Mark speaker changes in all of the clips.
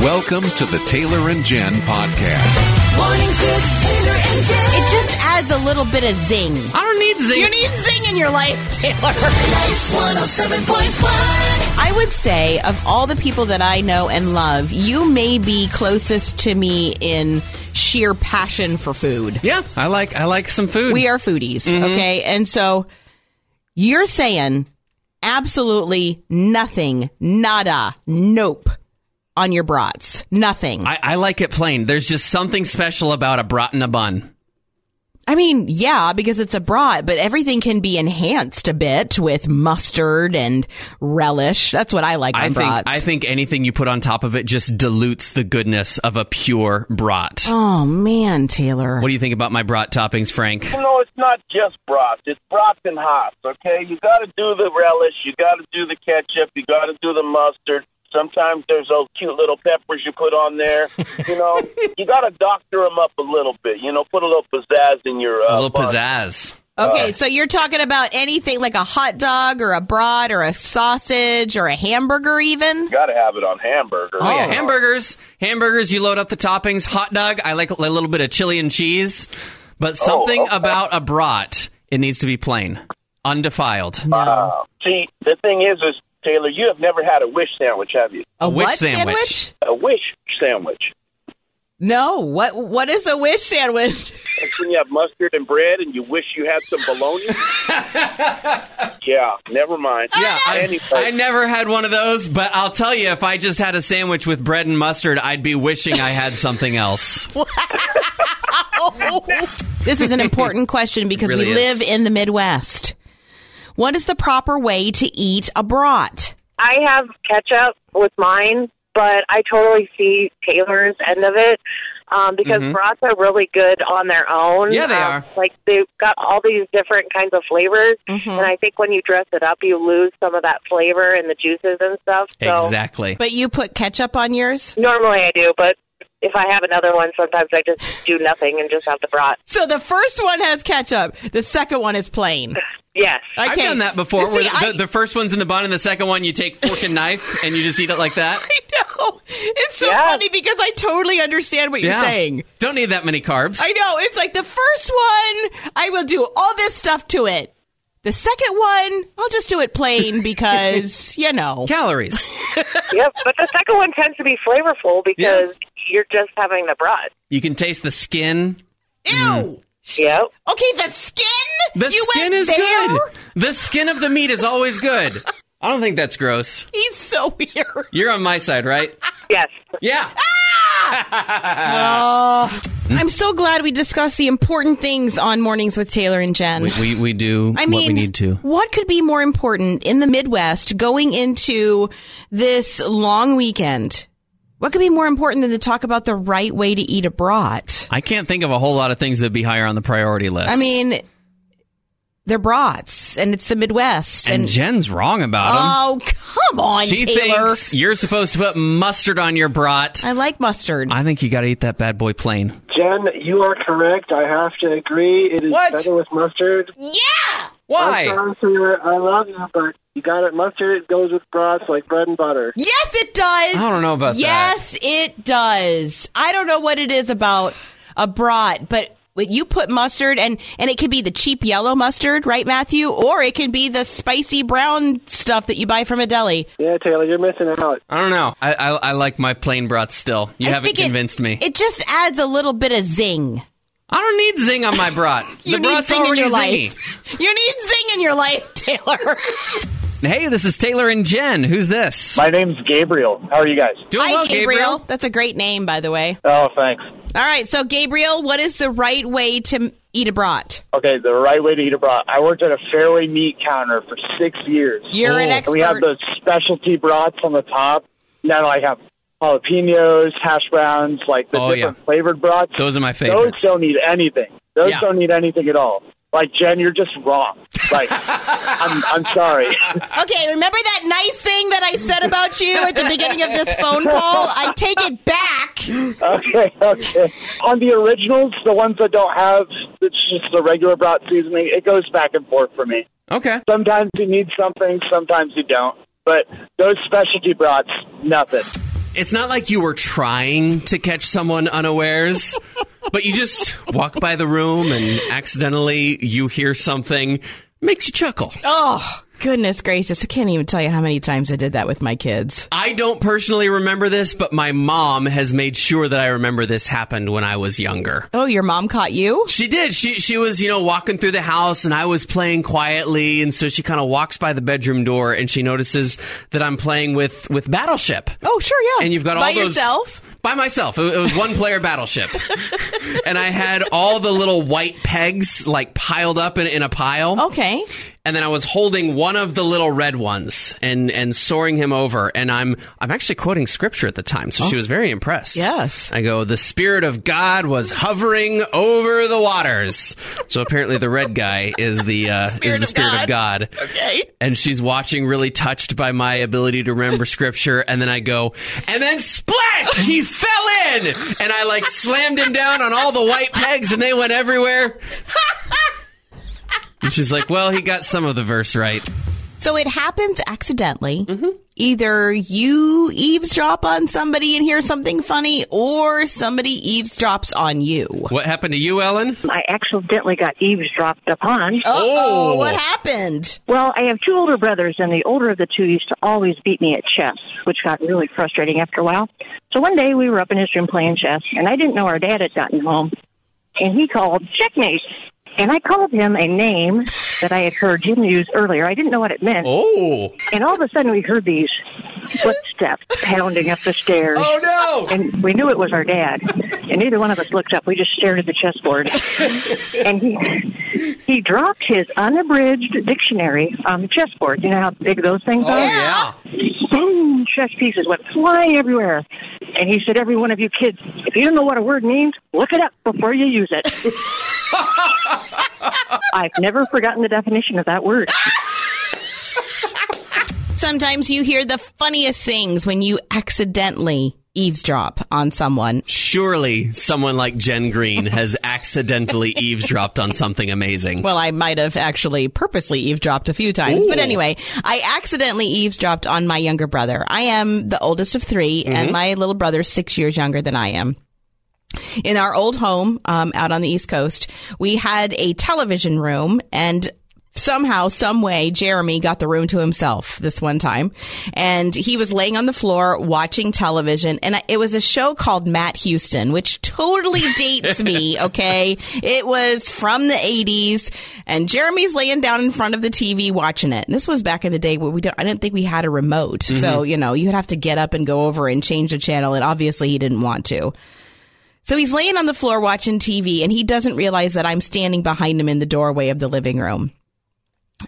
Speaker 1: Welcome to the Taylor and Jen podcast.
Speaker 2: Mornings with Taylor and Jen.
Speaker 3: It just adds a little bit of zing.
Speaker 4: I don't need zinc.
Speaker 3: Oh, You need zing in your life, Taylor.
Speaker 2: Life 107.1.
Speaker 3: I would say, of all the people that I know and love, you may be closest to me in sheer passion for food.
Speaker 4: yeah, I like I like some food.
Speaker 3: We are foodies, okay? And so you're saying absolutely nothing, nada, nope on your brats. Nothing.
Speaker 4: I, I like it plain. There's just something special about a brat in a bun.
Speaker 3: I mean, yeah, because it's a brat, but everything can be enhanced a bit with mustard and relish. That's what I like on
Speaker 4: I think
Speaker 3: brats.
Speaker 4: I think anything you put on top of it just dilutes the goodness of a pure brat.
Speaker 3: Oh man, Taylor.
Speaker 4: What do you think about my brat toppings,
Speaker 5: Uh,
Speaker 4: Frank?
Speaker 6: No, it's not just brats. It's brats and hops, okay? You got to do the relish. You got to do the ketchup. You got to do the mustard. Sometimes there's those cute little peppers you put on there. You know, you got to doctor them up a little bit. You know, put a little pizzazz in your. Uh,
Speaker 4: A little
Speaker 6: bun.
Speaker 4: pizzazz.
Speaker 3: okay, so you're talking about anything like a hot dog or a brat or a sausage or a hamburger even?
Speaker 6: You got to have it on hamburger. Uh,
Speaker 4: Oh, yeah, hamburgers. Hamburgers. You load up the toppings. Hot dog. I like a little bit of chili and cheese, but something
Speaker 6: okay.
Speaker 4: about a brat. It needs to be plain, undefiled.
Speaker 3: No.
Speaker 6: See, the thing is, is Taylor, you have never had a wish sandwich, have you?
Speaker 3: A
Speaker 4: which
Speaker 3: what
Speaker 4: sandwich?
Speaker 6: A wish sandwich.
Speaker 3: No. What what is a wish sandwich?
Speaker 6: It's when you have mustard and bread, and you wish you had some bologna. yeah, never mind.
Speaker 4: Yeah, I,
Speaker 6: Anyway.
Speaker 4: I never had one of those, but I'll tell you, if I just had a sandwich with bread and mustard, I'd be wishing I had something else.
Speaker 3: this is an important question because
Speaker 4: It really
Speaker 3: we
Speaker 4: is.
Speaker 3: live in the Midwest. What is the proper way to eat a brat?
Speaker 7: I have ketchup with mine, but I totally see Taylor's end of it um, because brats are really good on their own.
Speaker 4: Mm-hmm. Yeah, they
Speaker 7: Um,
Speaker 4: are.
Speaker 7: Like they've got all these different kinds of flavors, and I think when you dress it up, you lose some of that flavor and the juices and stuff. So
Speaker 4: Exactly.
Speaker 3: But you put ketchup on yours?
Speaker 7: normally I do, but if I have another one, sometimes I just do nothing and just have the brat.
Speaker 3: So the first one has ketchup. The second one is plain.
Speaker 7: Yes.
Speaker 4: I've
Speaker 3: Okay.
Speaker 4: done that before.
Speaker 3: See,
Speaker 4: where the,
Speaker 3: I-
Speaker 4: the first one's in the bun, and the second one you take fork and knife and you just eat it like that.
Speaker 3: know. It's so
Speaker 7: Yeah.
Speaker 3: funny because I totally understand what you're saying.
Speaker 4: Don't need that many carbs.
Speaker 3: I know. It's like the first one, I will do all this stuff to it. The second one, I'll just do it plain because, you know.
Speaker 4: Calories.
Speaker 7: yep. But the second one tends to be flavorful because you're just having the brat.
Speaker 4: You can taste the skin.
Speaker 3: Ew.
Speaker 7: Yep.
Speaker 3: Okay, the skin?
Speaker 4: Mm. The
Speaker 3: you
Speaker 4: skin
Speaker 3: went
Speaker 4: is
Speaker 3: there?
Speaker 4: good. The skin of the meat is always good. I don't think that's gross.
Speaker 3: He's so weird.
Speaker 4: You're on my side, right?
Speaker 7: Yes.
Speaker 4: Yeah.
Speaker 3: I'm so glad we discussed the important things on Mornings with Taylor and Jen.
Speaker 4: We, we do
Speaker 3: I mean,
Speaker 4: what we need to.
Speaker 3: what could be more important in the Midwest going into this long weekend? What could be more important than to talk about the right way to eat a brat?
Speaker 4: I can't think of a whole lot of things that'd be higher on the priority list.
Speaker 3: I mean, they're brats, and it's the Midwest.
Speaker 4: and,
Speaker 3: And,
Speaker 4: Jen's wrong about
Speaker 3: oh, come on,
Speaker 4: them. She
Speaker 3: Taylor!
Speaker 4: thinks you're supposed to put mustard on your brat.
Speaker 3: I like mustard.
Speaker 4: I think you got to eat that bad boy plain.
Speaker 5: Jen, you are correct. I have to agree. It is
Speaker 4: What?
Speaker 5: better with mustard. I'm
Speaker 4: Why?
Speaker 5: sorry, sir. I love you, but you got it. Mustard goes with broths like bread and butter.
Speaker 3: yes, it does.
Speaker 4: I don't know about that.
Speaker 3: yes, it does. I don't know what it is about a brat, but. when You put mustard and and it could be the cheap yellow mustard, right, Matthew? Or it could be the spicy brown stuff that you buy from a deli.
Speaker 5: Yeah, Taylor, you're missing out.
Speaker 4: I don't know. I, I, I like my plain brat still. You
Speaker 3: I
Speaker 4: haven't
Speaker 3: think it-
Speaker 4: convinced me.
Speaker 3: It just adds a little bit of zing.
Speaker 4: I don't need zing on my brat.
Speaker 3: You
Speaker 4: the
Speaker 3: need
Speaker 4: brat's
Speaker 3: zing in
Speaker 4: already
Speaker 3: your
Speaker 4: zingy.
Speaker 3: life. You need zing in your life, Taylor.
Speaker 4: Hey, this is Taylor and Jen. Who's this?
Speaker 6: My name's Gabriel. How are you guys?
Speaker 4: Doing
Speaker 3: Hi,
Speaker 4: well,
Speaker 3: Gabriel. That's a great name, by the way.
Speaker 6: Oh, thanks.
Speaker 3: All right, so Gabriel, what is the right way to m- eat a brat?
Speaker 6: Okay, the right way to eat a brat. I worked at a fairway meat counter for six years.
Speaker 3: You're an
Speaker 4: Oh.
Speaker 3: expert.
Speaker 6: We have those specialty brats on the top. Now I have jalapenos, hash browns, like the
Speaker 4: Oh,
Speaker 6: different flavored brats.
Speaker 4: Those are my
Speaker 6: Those
Speaker 4: favorites.
Speaker 6: don't need anything. Those
Speaker 4: Yeah.
Speaker 6: don't need anything at all. Like Jen, you're just wrong. Like I'm, I'm sorry.
Speaker 3: Okay, remember that nice thing that I said about you at the beginning of this phone call? I take it back.
Speaker 6: okay, okay. On the originals, the ones that don't have, it's just the regular brat seasoning. It goes back and forth for me.
Speaker 4: Okay.
Speaker 6: Sometimes you need something, sometimes you don't. But those specialty brats, nothing.
Speaker 4: it's not like you were trying to catch someone unawares, but you just walk by the room and accidentally you hear something makes you chuckle.
Speaker 3: Oh, goodness gracious. I can't even tell you how many times I did that with my kids.
Speaker 4: I don't personally remember this, but my mom has made sure that I remember this happened when I was younger.
Speaker 3: Oh, your mom caught you?
Speaker 4: She did. She she was, you know, walking through the house and I was playing quietly and so she kind of walks by the bedroom door and she notices that I'm playing with with Battleship.
Speaker 3: Oh, sure, yeah.
Speaker 4: And you've got all
Speaker 3: By
Speaker 4: those
Speaker 3: yourself?
Speaker 4: By myself. It it was one player battleship. and I had all the little white pegs like piled up in, in a pile.
Speaker 3: Okay.
Speaker 4: And then I was holding one of the little red ones and and soaring him over. And I'm I'm actually quoting scripture at the time,
Speaker 3: Oh.
Speaker 4: so she was very impressed.
Speaker 3: Yes.
Speaker 4: I go, the spirit of God was hovering over the waters. So apparently, the red guy is the uh, is
Speaker 3: Spirit
Speaker 4: the
Speaker 3: of
Speaker 4: spirit of God.
Speaker 3: Okay.
Speaker 4: And she's watching, really touched by my ability to remember scripture. And then I go, and then splash! He fell in, and I like slammed him down on all the white pegs, and they went everywhere. And she's like, well, he got some of the verse right.
Speaker 3: So it happens accidentally.
Speaker 4: Mm-hmm.
Speaker 3: Either you eavesdrop on somebody and hear something funny, or somebody eavesdrops on you.
Speaker 4: What happened to you, Ellen?
Speaker 8: I accidentally got eavesdropped upon.
Speaker 3: Oh, what happened?
Speaker 8: Well, I have two older brothers, and the older of the two used to always beat me at chess, which got really frustrating after a while. So one day we were up in his room playing chess, and I didn't know our dad had gotten home, and he called checkmate. And I called him a name that I had heard him use earlier. I didn't know what it meant.
Speaker 4: Oh,
Speaker 8: And all of a sudden, we heard these footsteps pounding up the stairs.
Speaker 4: oh no!
Speaker 8: and we knew it was our dad. And neither one of us looked up. We just stared at the chessboard. and he he dropped his unabridged dictionary on the chessboard. You know how big those things
Speaker 4: Oh
Speaker 8: are?
Speaker 4: yeah.
Speaker 8: Boom! Chess pieces went flying everywhere. And he said, "Every one of you kids, if you don't know what a word means, look it up before you use it." I've never forgotten the definition of that word.
Speaker 3: Sometimes you hear the funniest things when you accidentally eavesdrop on someone.
Speaker 4: Surely someone like Jen Green has accidentally eavesdropped on something amazing.
Speaker 3: Well, I might have actually purposely eavesdropped a few times. But anyway, I accidentally eavesdropped on my younger brother. I am the oldest of 3 and my little brother's six years younger than I am. In our old home um, out on the East Coast, we had a television room and somehow, some way, Jeremy got the room to himself this one time. And he was laying on the floor watching television. And I- it was a show called Matt Houston, which totally dates me. Okay. It was from the 80s. And Jeremy's laying down in front of the TV watching it. And this was back in the day where we don't, I didn't think we had a remote. So, you know, you'd have to get up and go over and change the channel. And obviously he didn't want to. So he's laying on the floor watching TV and he doesn't realize that I'm standing behind him in the doorway of the living room.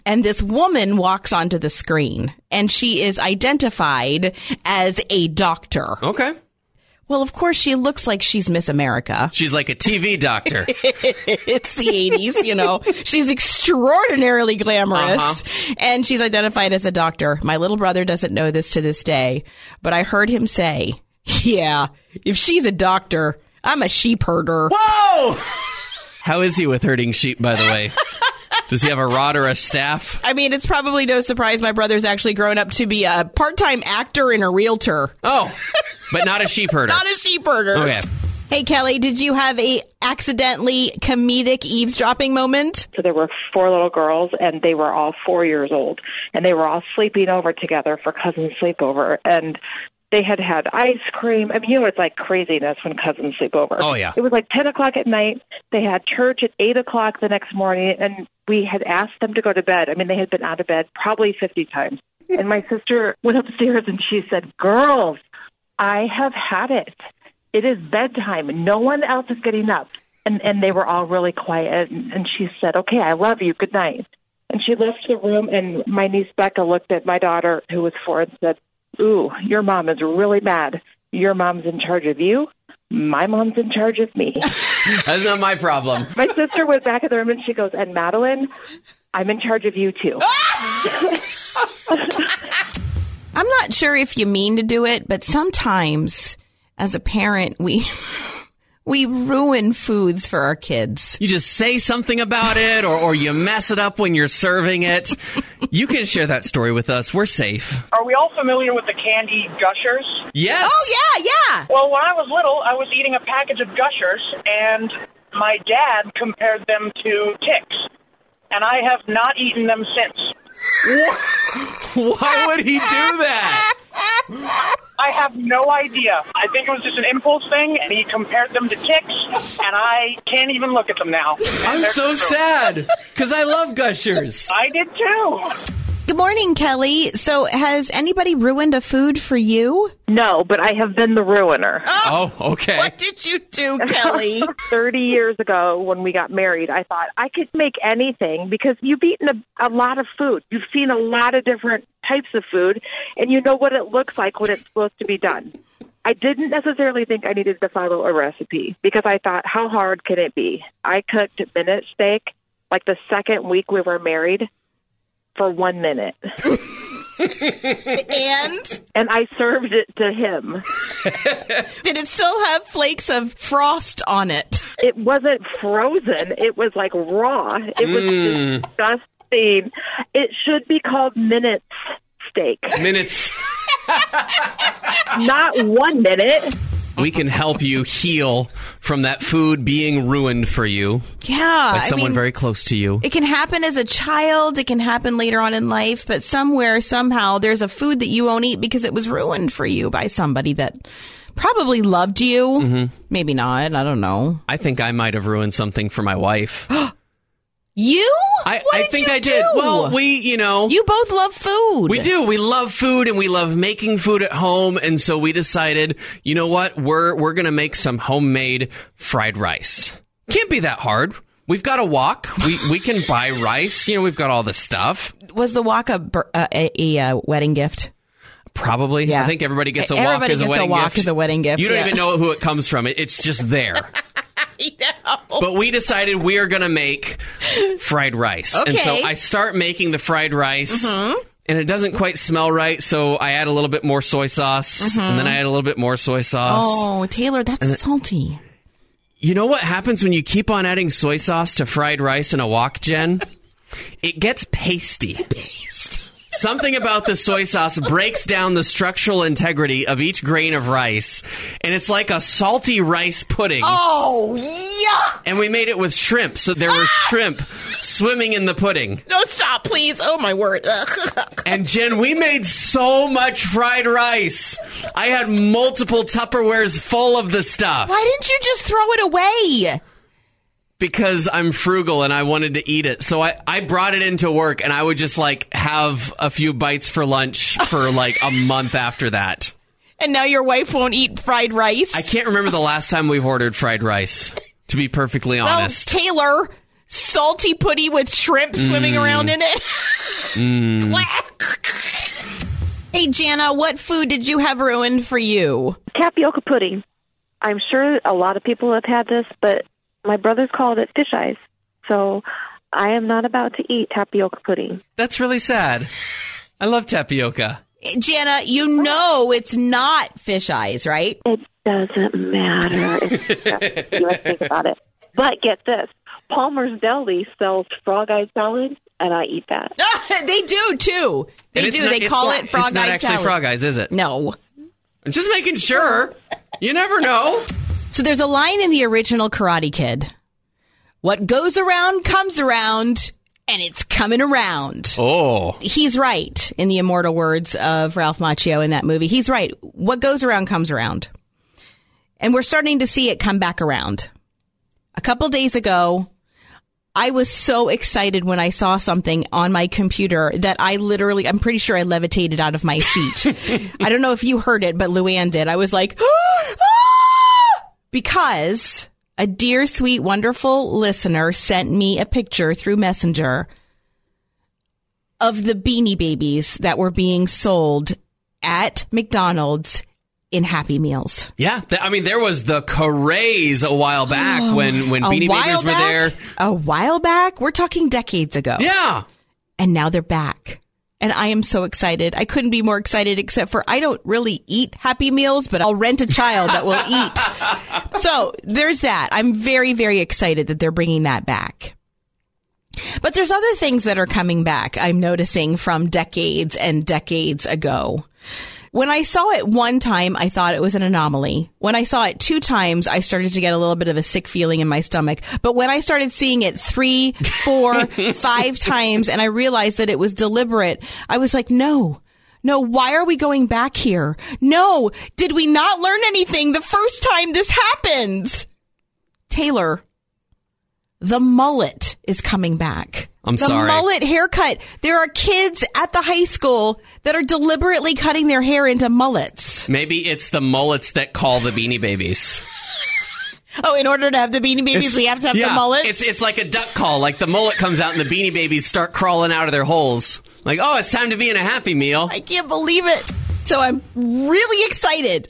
Speaker 3: And this woman walks onto the screen and she is identified as a doctor.
Speaker 4: Okay.
Speaker 3: Well, of course, she looks like she's Miss America.
Speaker 4: She's like a TV doctor.
Speaker 3: It's the 80s, you know. She's extraordinarily glamorous and she's identified as a doctor. My little brother doesn't know this to this day, but I heard him say, Yeah, if she's a doctor, I'm a sheep herder.
Speaker 4: Whoa! How is he with herding sheep, by the way? Does he have a rod or a staff?
Speaker 3: I mean, it's probably no surprise my brother's actually grown up to be a part time actor and a realtor,
Speaker 4: Oh, but not a sheep herder.
Speaker 3: not a sheep herder.
Speaker 4: Okay.
Speaker 3: Hey, Kelly, did you have a accidentally comedic eavesdropping moment?
Speaker 9: So there were four little girls, and they were all four years old, and they were all sleeping over together for cousin sleepover, and they had had ice cream. I mean, you know, it's like craziness when cousins sleep over.
Speaker 4: Oh, yeah.
Speaker 9: It was like ten o'clock at night. They had church at eight o'clock the next morning, and we had asked them to go to bed. I mean, they had been out of bed probably fifty times. And my sister went upstairs and she said, "Girls, I have had it. It is bedtime. No one else is getting up. And and they were all really quiet. And, and she said, "Okay, I love you. Good night." And she left the room. And my niece Becca looked at my daughter, who was four, and said, "Ooh, your mom is really mad. Your mom's in charge of you. My mom's in charge of me."
Speaker 4: That's not my problem.
Speaker 9: my sister went back in the room and she goes, "And Madeline, I'm in charge of you too."
Speaker 3: I'm not sure if you mean to do it, but sometimes as a parent, we We ruin foods for our kids.
Speaker 4: You just say something about it or, or you mess it up when you're serving it. you can share that story with us. We're safe.
Speaker 10: Are we all familiar with the candy gushers?
Speaker 4: Yes.
Speaker 3: Oh yeah, yeah.
Speaker 10: Well, when I was little, I was eating a package of gushers, and my dad compared them to ticks, and I have not eaten them since.
Speaker 4: Why would he do that?
Speaker 10: I have no idea. I think it was just an impulse thing, and he compared them to ticks, and I can't even look at them now.
Speaker 4: I'm so sad because I love gushers.
Speaker 10: I did too.
Speaker 3: Good morning, Kelly. So, has anybody ruined a food for you?
Speaker 9: No, but I have been the ruiner.
Speaker 4: Oh, okay.
Speaker 3: What did you do, Kelly?
Speaker 9: 30 years ago when we got married, I thought I could make anything because you've eaten a, a lot of food. You've seen a lot of different types of food, and you know what it looks like when it's supposed to be done. I didn't necessarily think I needed to follow a recipe because I thought, how hard could it be? I cooked minute steak like the second week we were married for one minute,
Speaker 3: and
Speaker 9: and I served it to him.
Speaker 3: did it still have flakes of frost on it?
Speaker 9: it wasn't frozen. It was like raw. It was disgusting. It should be called minutes steak,
Speaker 4: Minutes.
Speaker 9: not one minute.
Speaker 4: We can help you heal from that food being ruined for you
Speaker 3: Yeah.
Speaker 4: by
Speaker 3: Uh, I
Speaker 4: someone
Speaker 3: mean,
Speaker 4: very close to you.
Speaker 3: It can happen as a child. It can happen later on in life, but somewhere, somehow, there's a food that you won't eat because it was ruined for you by somebody that probably loved you.
Speaker 4: Mm-hmm.
Speaker 3: Maybe not. I don't know.
Speaker 4: I think I might have ruined something for my wife.
Speaker 3: You?
Speaker 4: I,
Speaker 3: What
Speaker 4: I
Speaker 3: did
Speaker 4: think
Speaker 3: you
Speaker 4: I did.
Speaker 3: do?
Speaker 4: Well, we, you know,
Speaker 3: you both love food.
Speaker 4: we do. We love food and we love making food at home, and so we decided, you know what? We're we're gonna make some homemade fried rice. Can't be that hard. We've got a wok. We we can buy rice. You know, we've got all the stuff.
Speaker 3: Was the wok a bur- uh, a, a, uh wedding gift?
Speaker 4: Probably.
Speaker 3: Yeah. E-,
Speaker 4: I think everybody gets a wok
Speaker 3: Everybody
Speaker 4: as a
Speaker 3: gets a
Speaker 4: wedding
Speaker 3: wok
Speaker 4: gift.
Speaker 3: as a wedding gift,
Speaker 4: You don't
Speaker 3: yeah.
Speaker 4: even know who it comes from. It, it's just there. But we decided we are going to make fried rice. And so
Speaker 3: Okay. Mm-hmm.
Speaker 4: I start making the fried rice. And it doesn't quite smell right, so I add a little bit more soy sauce, and then I add a little bit more soy sauce.
Speaker 3: Mm-hmm. Oh, Taylor, that's salty.
Speaker 4: You know what happens when you keep on adding soy sauce to fried rice in a wok, Jen? It gets pasty. Something about the soy sauce breaks down the structural integrity of each grain of rice, and it's like a salty rice pudding.
Speaker 3: Oh, yeah.
Speaker 4: And we made it with shrimp, so there was shrimp swimming in the pudding.
Speaker 3: No, stop, please. Oh, my word.
Speaker 4: And Jen, we made so much fried rice. I had multiple Tupperwares full of the stuff
Speaker 3: Why didn't you just throw it away?
Speaker 4: because I'm frugal and I wanted to eat it. So I, I brought it into work and I would just like have a few bites for lunch for like a month after that.
Speaker 3: And now your wife won't eat fried rice.
Speaker 4: I can't remember the last time we've ordered fried rice, to be perfectly
Speaker 3: Well,
Speaker 4: honest.
Speaker 3: Oh, Taylor, salty putty with shrimp swimming
Speaker 4: Mm.
Speaker 3: around in it. Quack. Hey, Jana, what food did you have ruined for you?
Speaker 9: Tapioca pudding. I'm sure a lot of people have had this, but my brothers called it fish eyes. So I am not about to eat tapioca pudding.
Speaker 4: That's really sad. I love tapioca.
Speaker 3: Jana, you know it's not fish eyes, right?
Speaker 9: It doesn't matter. It's disgusting. you must think about it. But get this Palmer's Deli sells frog eye salad, and I eat that.
Speaker 3: they do too. They
Speaker 4: And it's
Speaker 3: do.
Speaker 4: not-
Speaker 3: they
Speaker 4: it's
Speaker 3: call
Speaker 4: not-
Speaker 3: it frog
Speaker 4: It's not
Speaker 3: eye
Speaker 4: actually
Speaker 3: salad.
Speaker 4: frog eyes, is it?
Speaker 3: No.
Speaker 4: I'm just making sure. You never know.
Speaker 3: So there's a line in the original Karate Kid. What goes around comes around, and it's coming around.
Speaker 4: Oh.
Speaker 3: he's right in the immortal words of Ralph Macchio in that movie. He's right. What goes around comes around. And we're starting to see it come back around. A couple days ago, I was so excited when I saw something on my computer that I literally, I'm pretty sure I levitated out of my seat. I don't know if you heard it, but Luann did. I was like, Ah! because a dear, sweet, wonderful listener sent me a picture through Messenger of the beanie babies that were being sold at McDonald's in Happy Meals.
Speaker 4: Yeah, th- I mean, there was the craze a while back when when Beanie Babies were there.
Speaker 3: A while back, we're talking decades ago.
Speaker 4: Yeah,
Speaker 3: And now they're back. and I am so excited. I couldn't be more excited, except for I don't really eat Happy Meals, but I'll rent a child that will eat. So there's that. I'm very, very excited that they're bringing that back. But there's other things that are coming back, I'm noticing from decades and decades ago. When I saw it one time, I thought it was an anomaly. When I saw it two times, I started to get a little bit of a sick feeling in my stomach. But when I started seeing it three, four, five times, and I realized that it was deliberate, I was like, no. No, why are we going back here? No, did we not learn anything the first time this happened? Taylor, the mullet is coming back.
Speaker 4: I'm
Speaker 3: the
Speaker 4: sorry.
Speaker 3: mullet haircut. There are kids at the high school that are deliberately cutting their hair into mullets.
Speaker 4: Maybe it's the mullets that call the Beanie Babies.
Speaker 3: Oh, in order to have the beanie babies,
Speaker 4: It's-
Speaker 3: we have to have
Speaker 4: yeah,
Speaker 3: the mullets.
Speaker 4: It's it's like a duck call. Like the mullet comes out and the Beanie Babies start crawling out of their holes. Like, oh, it's time to be in a Happy Meal.
Speaker 3: I can't believe it. So I'm really excited.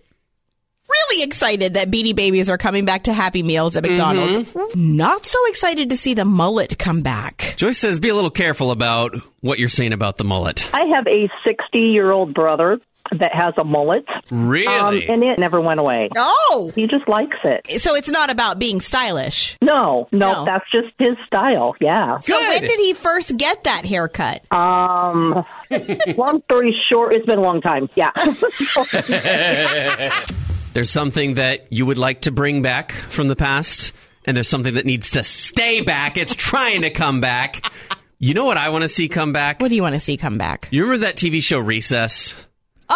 Speaker 3: Really excited that Beanie Babies are coming back to Happy Meals at McDonald's. Not so excited to see the mullet come back.
Speaker 4: Joyce says, be a little careful about what you're saying about the mullet.
Speaker 11: I have a 60 year old brother that has a mullet.
Speaker 4: Really?
Speaker 11: Um, and it never went away.
Speaker 3: Oh!
Speaker 11: He just likes it.
Speaker 3: So it's not about being stylish.
Speaker 11: No, no,
Speaker 3: No.
Speaker 11: that's just his style. Yeah.
Speaker 3: So when did he first get that haircut?
Speaker 11: Um, long story short, it's been a long time. Yeah.
Speaker 4: There's something that you would like to bring back from the past, and there's something that needs to stay back. It's trying to come back. You know what I want to see come back? What
Speaker 3: do you want to see come back?
Speaker 4: You remember that TV show Recess?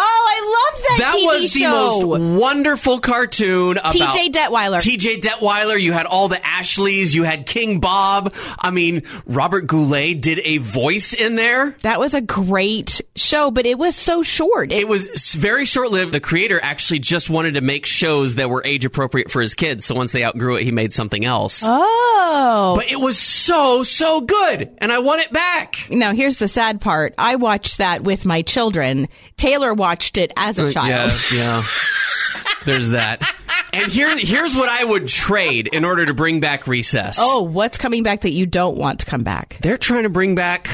Speaker 3: Oh, I loved that,
Speaker 4: That
Speaker 3: TV
Speaker 4: was the
Speaker 3: show.
Speaker 4: most wonderful cartoon about
Speaker 3: T.J. Detweiler.
Speaker 4: TJ Detweiler, you had all the Ashleys, you had King Bob. I mean, Robert Goulet did a voice in there.
Speaker 3: That was a great show, but it was so short.
Speaker 4: It was s- very short lived. The creator actually just wanted to make shows that were age appropriate for his kids. So once they outgrew it, he made something else.
Speaker 3: Oh.
Speaker 4: But it was so, so good. And I want it back.
Speaker 3: Now, here's the sad part. I watched that with my children. Taylor watched it as a child.
Speaker 4: Uh, yeah. There's that. And here, here's what I would trade in order to bring back recess.
Speaker 3: Oh, what's coming back that you don't want to come back?
Speaker 4: They're trying to bring back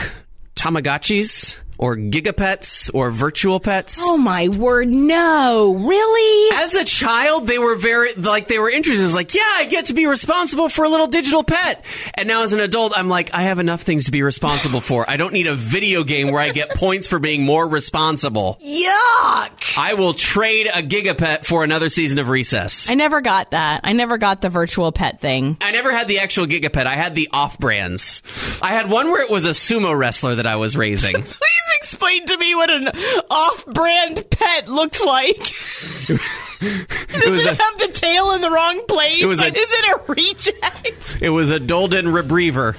Speaker 4: Tamagotchis or Gigapets or Virtual Pets.
Speaker 3: Oh my word, no. Really?
Speaker 4: As a child, they were very, like, they were interested. It's like, yeah, I get to be responsible for a little digital pet. And now as an adult, I'm like, I have enough things to be responsible for. I don't need a video game where I get points for being more responsible.
Speaker 3: Yuck.
Speaker 4: I will trade a Gigapet for another season of Recess.
Speaker 3: I never got that. I never got the virtual pet thing.
Speaker 4: I never had the actual Gigapet. I had the off brands. I had one where it was a sumo wrestler that I was raising.
Speaker 3: Please explain to me what an off brand pet looks like.
Speaker 4: It was a,
Speaker 3: have the tail in the wrong place?
Speaker 4: It was a- Is
Speaker 3: it a reject?
Speaker 4: it was a Dolden Rebriever.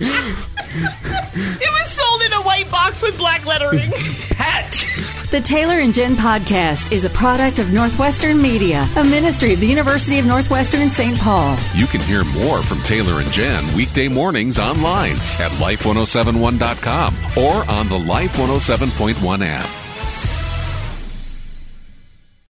Speaker 3: It was sold in a white box with black lettering.
Speaker 4: Pet!
Speaker 12: The Taylor and Jen podcast is a product of Northwestern Media, a ministry of the University of Northwestern St. Paul.
Speaker 1: You can hear more from Taylor and Jen weekday mornings oh online at life1071.com or on the Life 107.1 app.